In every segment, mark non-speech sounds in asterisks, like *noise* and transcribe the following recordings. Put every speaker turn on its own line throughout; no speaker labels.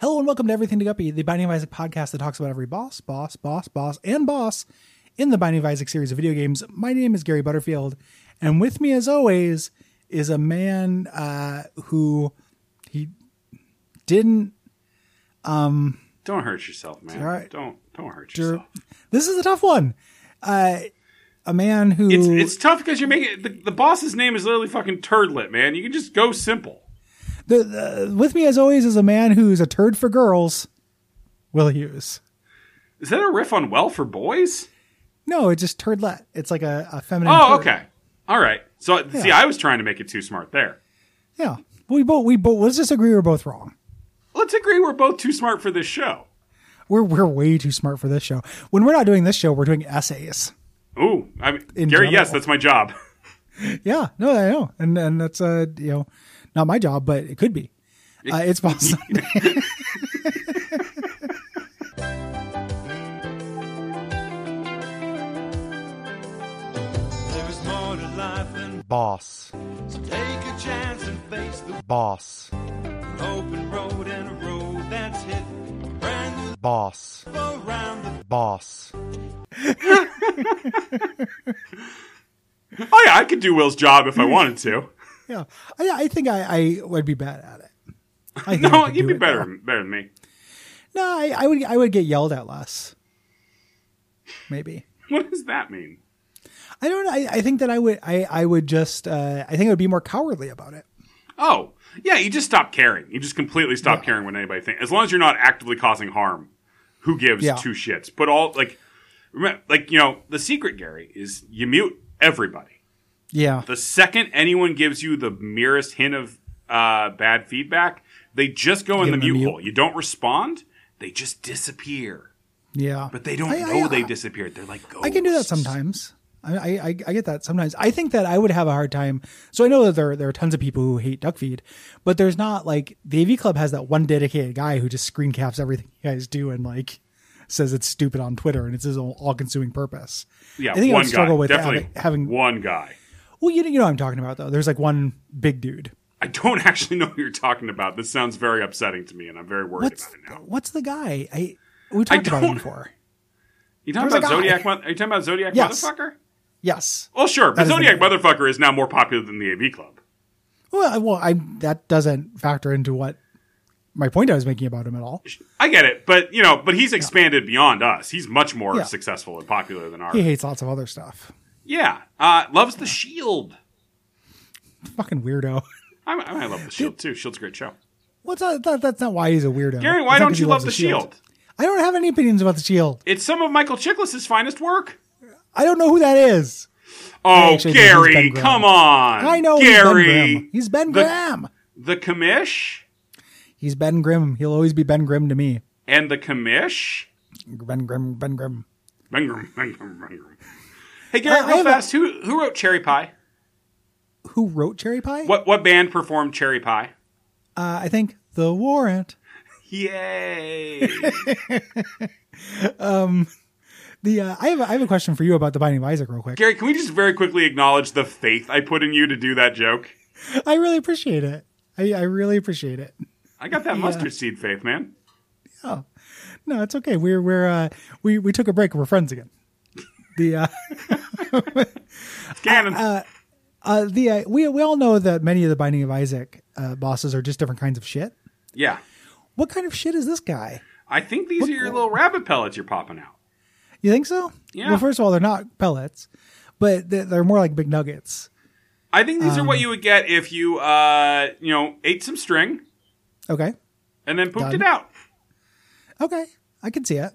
Hello and welcome to Everything to Guppy, the Binding of Isaac podcast that talks about every boss, boss, boss, boss, and boss in the Binding of Isaac series of video games. My name is Gary Butterfield, and with me, as always, is a man uh, who he didn't.
Don't hurt yourself, man.
all right.
Don't don't hurt
er-
yourself.
this is a tough one. Uh, a man who
It's it's tough because you're making the, the boss's name is literally fucking turdlet, man. You can just go simple.
the, the, with me, as always, is a man who's a turd for girls. Will Hughes.
Is that a riff on well for boys?
No, it's just turdlet. It's like a, a feminine.
Oh,
turd.
okay. All right. So see, I was trying to make it too smart there.
Yeah, we both we both let's just agree we're both wrong.
Let's agree we're both too smart for this show.
We're we're way too smart for this show. When we're not doing this show, we're doing essays.
Ooh, I mean, Gary,
In
yes,
general.
that's my job. *laughs*
Yeah, no, I know, and and that's uh you know not my job, but it could be. Uh, it's possible.
There is more to life than
Boss.
so take a chance and face the
Boss.
open road and a road that's hit. Brand new
Boss.
around the
Boss.
Oh yeah, I could do Will's job if I
*laughs*
wanted to.
yeah, I, I think I, I would be bad at it. I think I
*laughs* No,
could
you'd
do
be
it,
better
though.
better than me.
No, I, I would I would get yelled at less. Maybe
What does that mean?
I don't. I, I think that I would I I would just uh, I think I would be more cowardly about it.
Oh, yeah, you just stop caring. You just completely stop caring when anybody thinks. As long as you're not actively causing harm, who gives
Yeah.
two shits? But all like, remember, like you know, the secret, Gary, is you mute everybody.
Yeah,
The second anyone gives you the merest hint of uh, bad feedback, they just go in the
them a
mute
mute.
hole. You don't respond; they just disappear.
yeah.
But they don't
I- I-
know they
I-
disappeared. They're like ghosts.
I can do that sometimes. I, I I- I get that sometimes. I think that I would have a hard time. So I know that there there are tons of people who hate duck feed, but there's not like the AV Club has that one dedicated guy who just screen caps everything you guys do and like says it's stupid on Twitter and it's his all consuming purpose.
Yeah,
I think I
one
would struggle
guy.
with
Definitely
having, having
one guy.
well, you know, you know what I'm talking about though. There's like one big dude.
I don't *laughs* actually know who you're talking about. This sounds very upsetting to me, and I'm very worried
What's
about it now.
what's the guy? I we talked about
don't-
him before.
You talking
There's
about
a guy.
Zodiac? Mo- Are you talking about Zodiac
Yes.
motherfucker?
Yes.
Well, sure, but
is the
Zodiac motherfucker is now more popular than the AV Club.
Well, I, well, I that doesn't factor into what my point I was making about him at all.
I get it, but you know, but he's expanded beyond us. He's much more
Yeah.
successful and popular than ours.
He hates lots of other stuff.
yeah, uh, loves the Shield.
Fucking weirdo. *laughs*
I, I I love the Shield too. Shield's a great show.
What's that, that, that's not why he's a weirdo.
Gary,
It's
why
not
don't
'cause
you
he
love
loves
the Shield?
I don't have any opinions about the Shield.
It's some of Michael Chiklis' finest work.
I don't know who that is.
Oh,
actually think he's
Gary,
Ben Grimm.
come on!
I know
Gary,
he's Ben
the-
Grimm.
the commish
He's Ben Grimm. He's Ben Grimm. He'll always be Ben Grimm to me.
and the commish.
Ben Grimm. Ben Grimm.
Ben Grimm, Ben Grimm, Ben Grimm. Hey, Gary,
I
real
have a-
fast, who who wrote Cherry Pie?
Who wrote Cherry Pie?
What what band performed Cherry Pie?
Uh, I think The Warrant.
Yay!
The uh, I have a, I have a question for you about the Binding of Isaac, real quick.
*laughs* Gary, can we just very quickly acknowledge the faith I put in you to do that joke?
I really appreciate it. I, I really appreciate it.
I got that mustard seed faith, man.
No, it's okay. We're we're uh, we we took a break. We're friends again. The uh,
Gannon.
Uh, the uh, we we all know that many of the Binding of Isaac uh, bosses are just different kinds of shit.
yeah.
What kind of shit is this guy?
I think these are your little rabbit pellets you're popping out.
You think so?
Yeah.
Well, first of all, they're not pellets, but they're, they're more like big nuggets.
I think these are
Um,
what you would get if you, uh, you know, ate some string
Okay.
and then pooped
Done.
it out.
Okay. I can see it.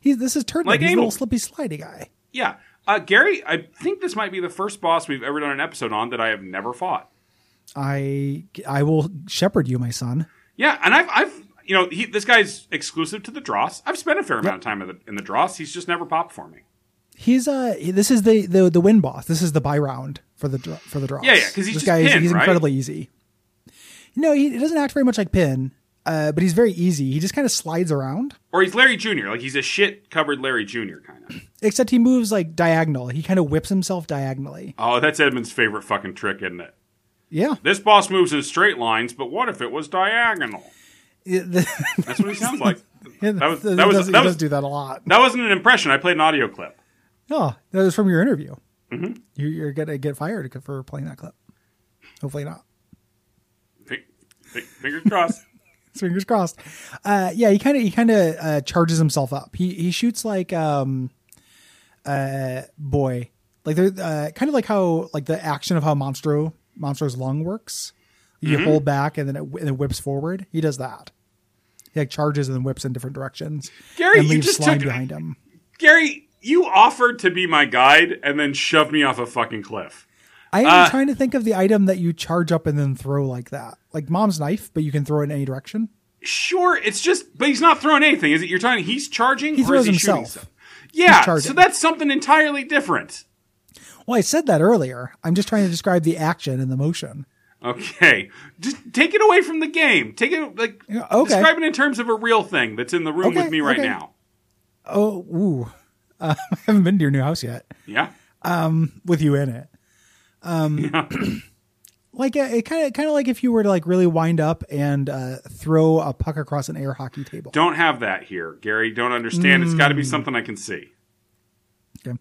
He's this is turd
Like
he's a little
Emil.
slippy slidey guy.
Yeah. Uh, Gary, I think this might be the first boss we've ever done an episode on that I have never fought.
I I will shepherd you, my son.
Yeah, and I've, I've you know, he, this guy's exclusive to the Dross. I've spent a fair amount of time in the, in the Dross. He's just never popped for me.
He's uh this is the the the win boss. This is the buy round for the dr- for the draw.
Yeah, yeah, 'cause he's
this
just
guy is-
Pin,
he's
right?
incredibly easy. No, he, he doesn't act very much like Pin, uh, but he's very easy. He just kind of slides around.
Or he's Larry Jr. Like he's a shit covered Larry Jr. kind of.
Except he moves like diagonal. He kind of whips himself diagonally.
*clears throat* Oh, that's Edmund's favorite fucking trick, isn't it?
Yeah.
This boss moves in straight lines, but what if it was diagonal?
*laughs* It- the-
That's what he sounds *laughs* like.
yeah,
That was
it
that was
does,
that
he
was
does do that a lot.
that wasn't an impression. I played an audio clip.
No, that was from your interview.
Mm-hmm.
You, you're gonna get fired for playing that clip. Hopefully not.
Fi- fi- Fingers crossed.
fingers crossed. Uh, yeah, he kind of he kind of uh, charges himself up. He he shoots like um, uh, boy, like they're uh, kind of like how like the action of how Monstro Monstro's lung works.
Mm-hmm.
You hold back and then it, wh- and it whips forward. He does that. He like charges and then whips in different directions.
Gary,
and
you
leaves
just
slime
took-
behind him.
Gary, you offered to be my guide and then shoved me off a fucking cliff.
I am
Uh,
trying to think of the item that you charge up and then throw like that, like mom's knife, but you can throw it in any direction.
Sure, it's just, but he's not throwing anything. Is it? You're talking. He's charging.
He
or
throws
is he
himself.
Shooting stuff? yeah. So
charging.
that's something entirely different.
Well, I said that earlier. I'm just trying to describe the action and the motion.
Okay, just take it away from the game. Take it like
Yeah, okay.
describe it in terms of a real thing that's in the room
Okay,
with me right
okay.
now.
Oh, ooh. Uh, *laughs* I haven't been to your new house yet
Yeah.
with you in it. Um, *clears throat*
*clears throat*
like uh, it kind of kind of like if you were to like really wind up and uh, throw a puck across an air hockey table.
Don't have that here, Gary. Don't understand. It's got to be
Hmm.
something I can see.
Okay.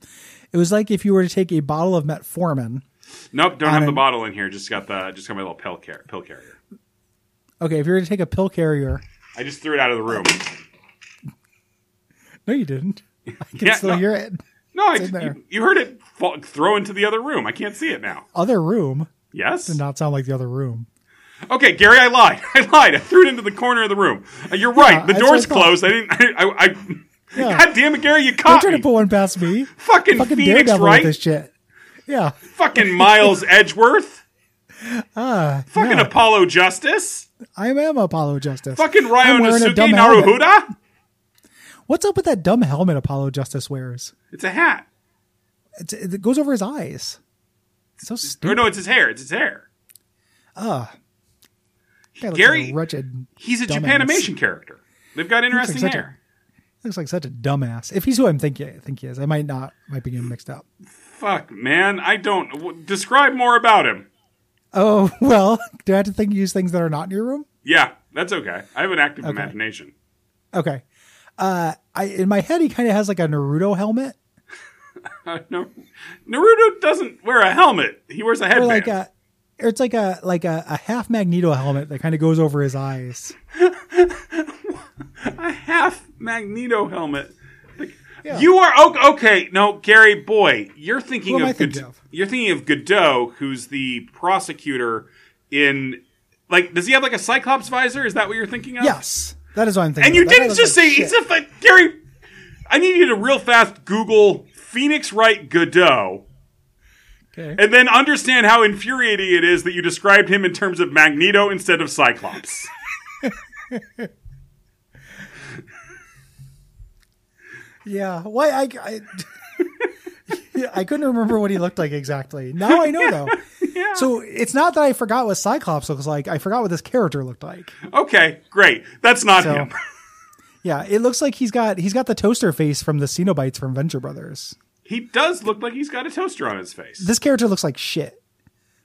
It was like if you were to take a bottle of metformin.
Nope. Don't have the
an-
bottle in here. Just got the just got my little pill, car- pill carrier.
Okay, if you were to take a pill
*laughs*
carrier.
I just threw it out of the room.
No, you didn't. I can
Yeah,
still
no.
hear it.
No, I,
in there.
you, you heard it fall, throw into the other room. I can't see it now.
Other room
Yes.
did not sound like the other room.
Okay, Gary, I lied. *laughs* I lied. I threw it into the corner of the room. Uh, you're right. The
that's what I
door's
thought.
closed. I didn't. *laughs* I. I, I
Yeah.
God damn it, Gary! You
Don't
caught
try
me.
to put one past
*laughs*
me.
fucking,
Fucking
Phoenix,
daredevil
right?
with this shit. Yeah.
fucking Miles
*laughs*
Edgeworth.
Ah,
fucking Apollo Justice.
I am Apollo Justice.
Fucking Ryo
I'm wearing a
Nasuke
dumb helmet.
Naruhuda.
What's up with that dumb helmet Apollo Justice wears?
It's a hat.
It's, it goes over his eyes. So stupid.
Or no, it's his hair. It's his hair.
Guy looks
Gary-
like a wretched.
He's a
Dumbass.
Japanimation character. They've got interesting
such a-
hair.
Looks like such a dumbass. If he's who I'm thinking, I think he is. I might not. Might be getting mixed up.
Fuck, man. I don't. W- describe more about him.
Oh *laughs* well. Do I have to think use things that are not in your room?
Yeah, that's okay. I have an active imagination.
Okay. Uh, I in my head he kind of has like a Naruto helmet
Uh, no, Naruto doesn't wear a helmet. He wears a
or
headband.
like a. Or it's like a like a, a half Magneto helmet that kind of goes over his eyes.
a half Magneto helmet. Like,
Yeah.
You are okay, okay. No, Gary, boy, you're thinking
Who am I
of,
thinking
Gud-
of?
you're thinking of Godot, who's the prosecutor in. Like, does he have like a Cyclops visor? Is that what you're thinking of?
Yes, that is what I'm thinking.
And
of.
you
That guy
didn't
looks
just
like
say
shit.
it's a fi- Gary. I need you to real fast Google Phoenix Wright Godot.
Okay.
And then understand how infuriating it is that you described him in terms of Magneto instead of Cyclops.
Yeah. Why I I, *laughs* Yeah, I couldn't remember what he looked like exactly. Now I know
*laughs*
though. So it's not that I forgot what Cyclops looks like. I forgot what this character looked like.
okay, great. That's not
So-
him. *laughs*
Yeah, it looks like he's got he's got the toaster face from the Cenobites from Venture Brothers.
He does look like he's got a toaster on his face.
This character looks like shit.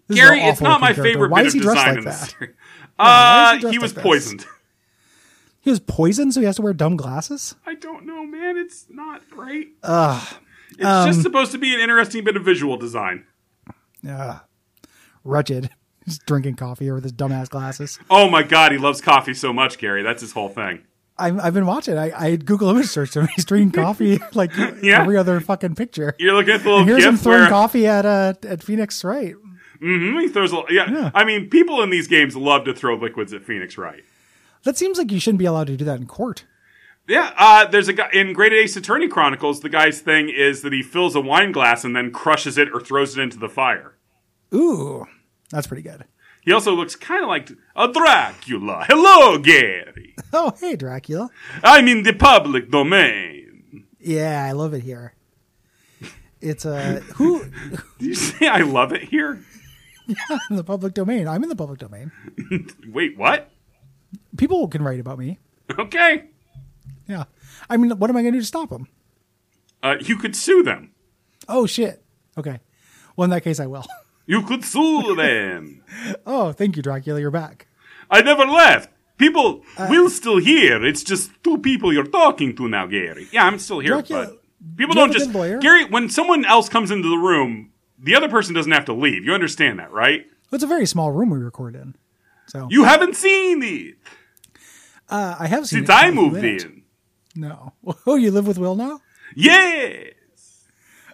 This is an
Gary, it's
awful
not my
looking character.
favorite
Why
bit
is
of
he dressed
design
like
in
that?
this.
*laughs*
series.
why
Uh,
is he
he
dressed
was
like this?
poisoned.
He was poisoned, so he has to wear dumb glasses.
I don't know, man. It's not great. it's
um,
just supposed to be an interesting bit of visual design.
Ugh. Wretched. *laughs* He's drinking coffee with his dumbass glasses.
Oh my god, he loves coffee so much, Gary. That's his whole thing.
I've, I've been watching. I, I Google image searched him. *laughs* He's drinking coffee like
Yeah.
every other fucking picture.
You're looking at the little
And here's him
gift
throwing
where
coffee at uh, at Phoenix Wright.
Mhm, *laughs* he throws. A, yeah,
Yeah.
I mean, people in these games love to throw liquids at Phoenix, right?
That seems like you shouldn't be allowed to do that in court.
Yeah, uh, there's a guy in Great Ace Attorney Chronicles. The guy's thing is that he fills a wine glass and then crushes it or throws it into the fire.
Ooh, that's pretty good. *laughs*
He also looks kind of like a Dracula. Hello, Gary.
Oh, hey Dracula.
I'm in the public domain.
Yeah, I love it here. It's uh, who *laughs*
Did you say I love it here?
in the public domain. I'm in the public domain.
Wait, what?
People can write about me.
Okay.
Yeah, I mean, what am I going to do to stop them?
Uh, you could sue them.
Oh shit. Okay. Well, in that case, I will. *laughs*
You could sue them.
Oh, thank you, Dracula. You're back.
I never left. People
Uh,
will still hear. It's just two people you're talking to now, Gary. Yeah, I'm still here,
Dracula,
but people
you have
don't
a
just
good lawyer.
Gary. When someone else comes into the room, the other person doesn't have to leave. You understand that, right?
It's a very small room we record in. So
You haven't seen it
uh, I have seen
since
it
I
since you
moved
went.
in.
No. *laughs* Oh, you live with Will now?
Yeah,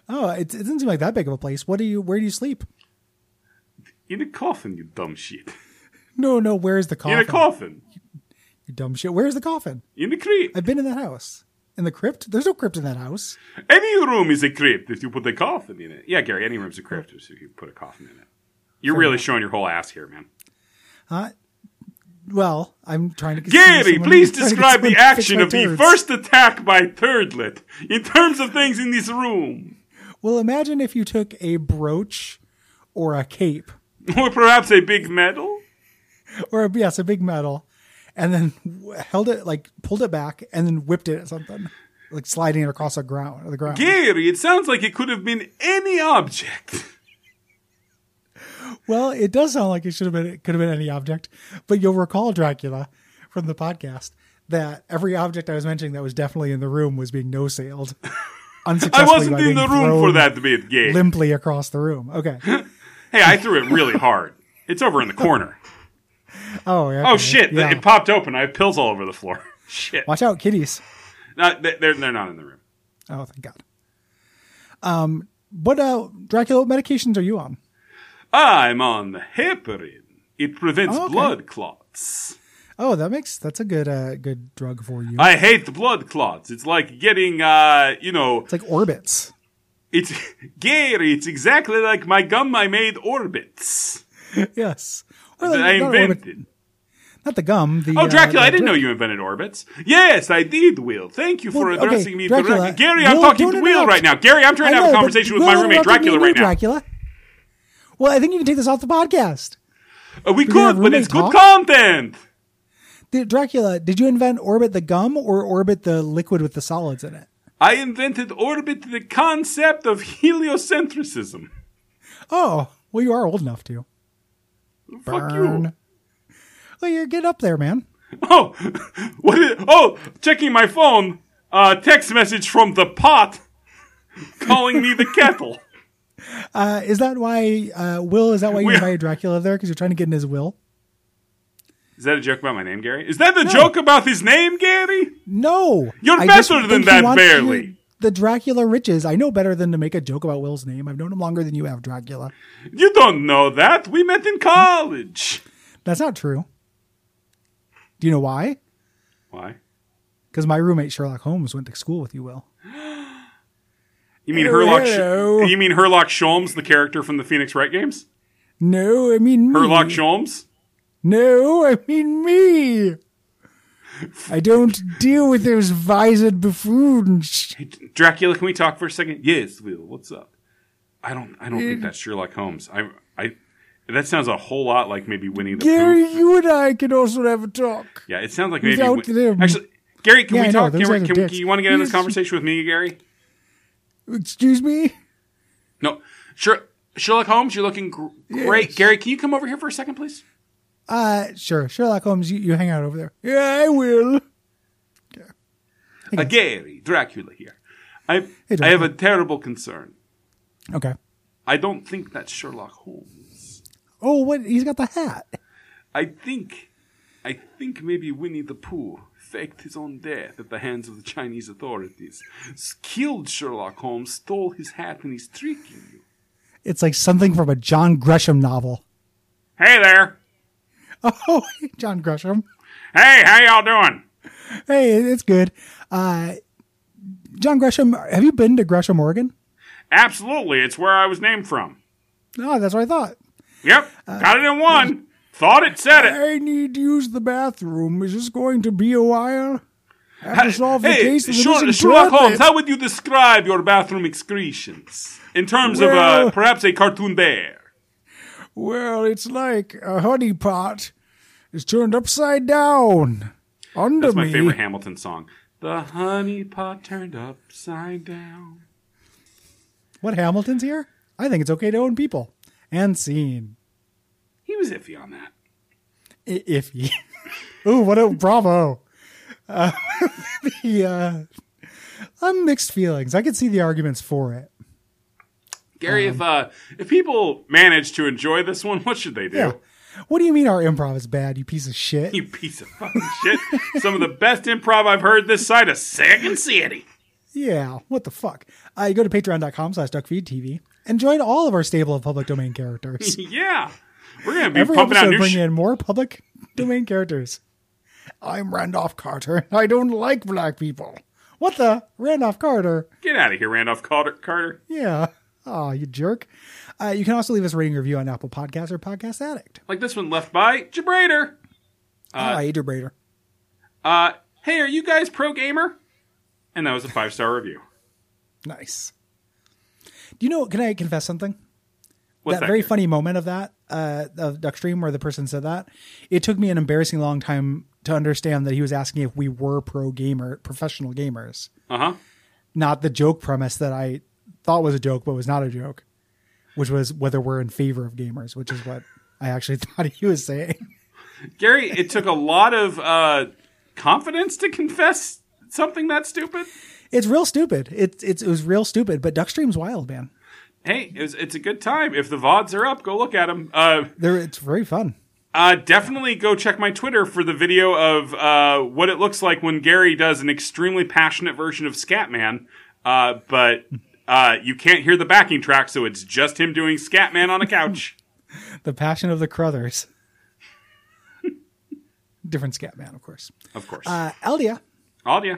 Oh, it, it doesn't seem like that big of a place. What do you? Where do you sleep?
in a coffin, you dumb shit.
No, no. Where is the
In
coffin?
a coffin,
You dumb shit. Where is the coffin?
in a crypt.
I've been in that house. In the crypt? There's no crypt in that house.
Any room is a crypt if you put a coffin in it. Yeah, Gary, any room's a crypt if you put a coffin in it. You're really showing your whole ass here, man.
Huh? Uh, Well, I'm trying to. get
Gary,
someone- trying
please
to get *laughs*
describe
someone to
the
fix
action
my
of the
turds.
first attack by Thirdlet in terms of things in this room. *laughs*
Well, imagine if you took a brooch or a cape
Or perhaps a big medal?
or a, yes, a big medal, and then w- held it like pulled it back and then whipped it at something, like sliding it across the ground. The ground.
Gary, it sounds like it could have been any object.
Well, it does sound like it should have been it could have been any object, but you'll recall Dracula from the podcast that every object I was mentioning that was definitely in the room was being no sailed.
*laughs* I wasn't in the room for that bit, Gary.
Limply across the room.
*laughs*
Okay.
hey, I threw it really hard. It's over in
*laughs*
the corner.
Oh yeah.
Oh
okay.
shit,
Yeah.
it popped open. I have pills all over the floor. *laughs* shit.
Watch out, kitties.
No, they- they're, they're not in the room.
Oh thank God. Um, what uh, Dracula? What medications are you on?
I'm on heparin. It prevents
Oh, okay.
blood clots.
Oh, that makes that's a good uh good drug for you.
I hate the blood clots. It's like getting, uh, you know,
it's like
*laughs*
orbits.
It's Gary. It's exactly like my gum I made orbits
yes. Or
that
like-
I
not, orbit-
invented.
not the gum. The,
Oh, Dracula!
uh,
I didn't know you invented orbits. Yes, I did, Will. Thank you for
Well, okay,
addressing me
Dracula,
directly. Gary, I'm
Will,
talking
don't
to Will
interrupt.
right now. Gary, I'm trying to have a conversation with my roommate Dracula right now.
Dracula. Well, I think you can take this off the podcast.
Uh, we
We're gonna have
could, but it's
roommate
good content.
Did- Dracula, did you invent orbit the gum or orbit the liquid with the solids in it?
I invented orbit, the concept of heliocentrism.
Oh, well, you are old enough to.
Fuck you.
Well, you're get up there, man.
Oh, *laughs* what? Is, oh, checking my phone. Uh, text message from the pot, calling me the kettle.
Uh, is that why uh, Will? Is that why you
We-
invited Dracula there because you're trying to get in his will?
Is that a joke about my name, Gary? Is that the joke about his name, Gary?
No,
You're
I just
better
think
than
he
that,
wants
barely.
you- The Dracula riches. I know better than to make a joke about Will's name. I've known him longer than you have, Dracula.
You don't know that. We met in college.
That's not true. Do you know why?
Why?
Because my roommate Sherlock Holmes went to school with you, Will.
You mean
Hello,
Herlock?
hello.
Sh- you mean Herlock Sholmes, the character from the Phoenix Wright games?
No, I mean me.
Herlock Sholmes.
No, I mean me. I don't deal with those vised buffoons.
Hey, D- Dracula, can we talk for a second? Yes, Will. What's up? I don't. I don't think that's Sherlock Holmes. I. I. That sounds a whole lot like maybe Winnie the
Gary,
Pooh.
you and I can also have a talk.
Yeah, it sounds like maybe.
Without
Win-
them.
Actually, Gary, can
Yeah,
we
I know,
talk?
those
Can we-
guys are
can we-
dicks.
you want to get in this
Yes.
conversation with me, Gary?
Excuse me?
No, Sher- Sherlock Holmes, you're looking gr- great. Gary, can you come over here for a second, please?
Uh, sure. Sherlock Holmes, you, you hang out over there. Yeah, I will.
Uh, Gary, Dracula here. I
Hey,
I have a terrible concern.
Okay.
I don't think that's Sherlock Holmes.
Oh, what? He's got the hat.
I think, I think maybe Winnie the Pooh faked his own death at the hands of the Chinese authorities, S- killed Sherlock Holmes, stole his hat, and he's tricking you.
It's like something from a John Gresham novel. *laughs*
Hey there.
Oh, John Gresham.
Hey, how y'all doing?
Hey, it's good. Uh, John Gresham, have you been to Gresham, Oregon?
Absolutely, it's where I was named from.
No, that's what I thought.
Yep, got it in one. Thought it said it.
I need to use the bathroom. Is this going to be a while? I have to solve the
Hey,
case. that
Sher-
isn't
Sherlock
worth
Holmes,
it.
how would you describe your bathroom excretions in terms of uh,
Well-
perhaps a cartoon bear?
Well, it's like a honey pot is turned upside down under
That's my
me.
favorite Hamilton song. The honey pot turned upside down.
What Hamilton's here? I think it's okay to own people and scene.
He was iffy on that.
I- iffy. *laughs* Ooh, what a bravo! Uh, *laughs* the, uh, I'm mixed feelings. I could see the arguments for it.
Gary, if
Uh-huh.
uh, if people manage to enjoy this one, what should they do?
Yeah. What do you mean our improv is bad? You piece of shit.
You piece of fucking shit! Some of the best improv I've heard this side of Second City. *laughs*
Yeah, what the fuck? Uh, you go to patreon.com slash duckfeedtv and join all of our stable of public domain
*laughs*
characters.
Yeah, we're gonna be
Every
pumping out
episode
new.
bring
shit.
in more public domain characters. I'm Randolph Carter. I don't like black people. What the? Randolph Carter?
Get out of here, Randolph Carter. Carter.
Yeah. Aw, you jerk. Uh, you can also leave us a rating or review on Apple Podcasts or Podcast Addict.
Like this one left by Jabrader.
Ah, Adrian Brader.
Uh, hey, are you guys pro gamer? And that was a five star review.
Nice. Do you know, can I confess something?
What's
that, very
Gary?
funny moment of that uh, of Duckstream where the person said that. It took me an embarrassing long time to understand that he was asking if we were pro gamer, professional gamers,
Uh huh.
not the joke premise that I thought was a joke but was not a joke, which was whether we're in favor of gamers, which is what I actually *laughs* thought he was saying.
Gary, it took a lot of uh, confidence to confess something that stupid.
It's real stupid. It's it's it was real stupid, but Duckstream's wild, man.
Hey, it was, it's a good time. If the vods are up, go look at them. Uh,
There, it's very fun.
uh, definitely go check my Twitter for the video of uh, what it looks like when Gary does an extremely passionate version of Scatman. Uh, but uh, you can't hear the backing track, so it's just him doing Scatman on a couch.
*laughs* The Passion of the Crothers. *laughs* Different scat man, of course.
of course,
Uh, Aldia.
audio.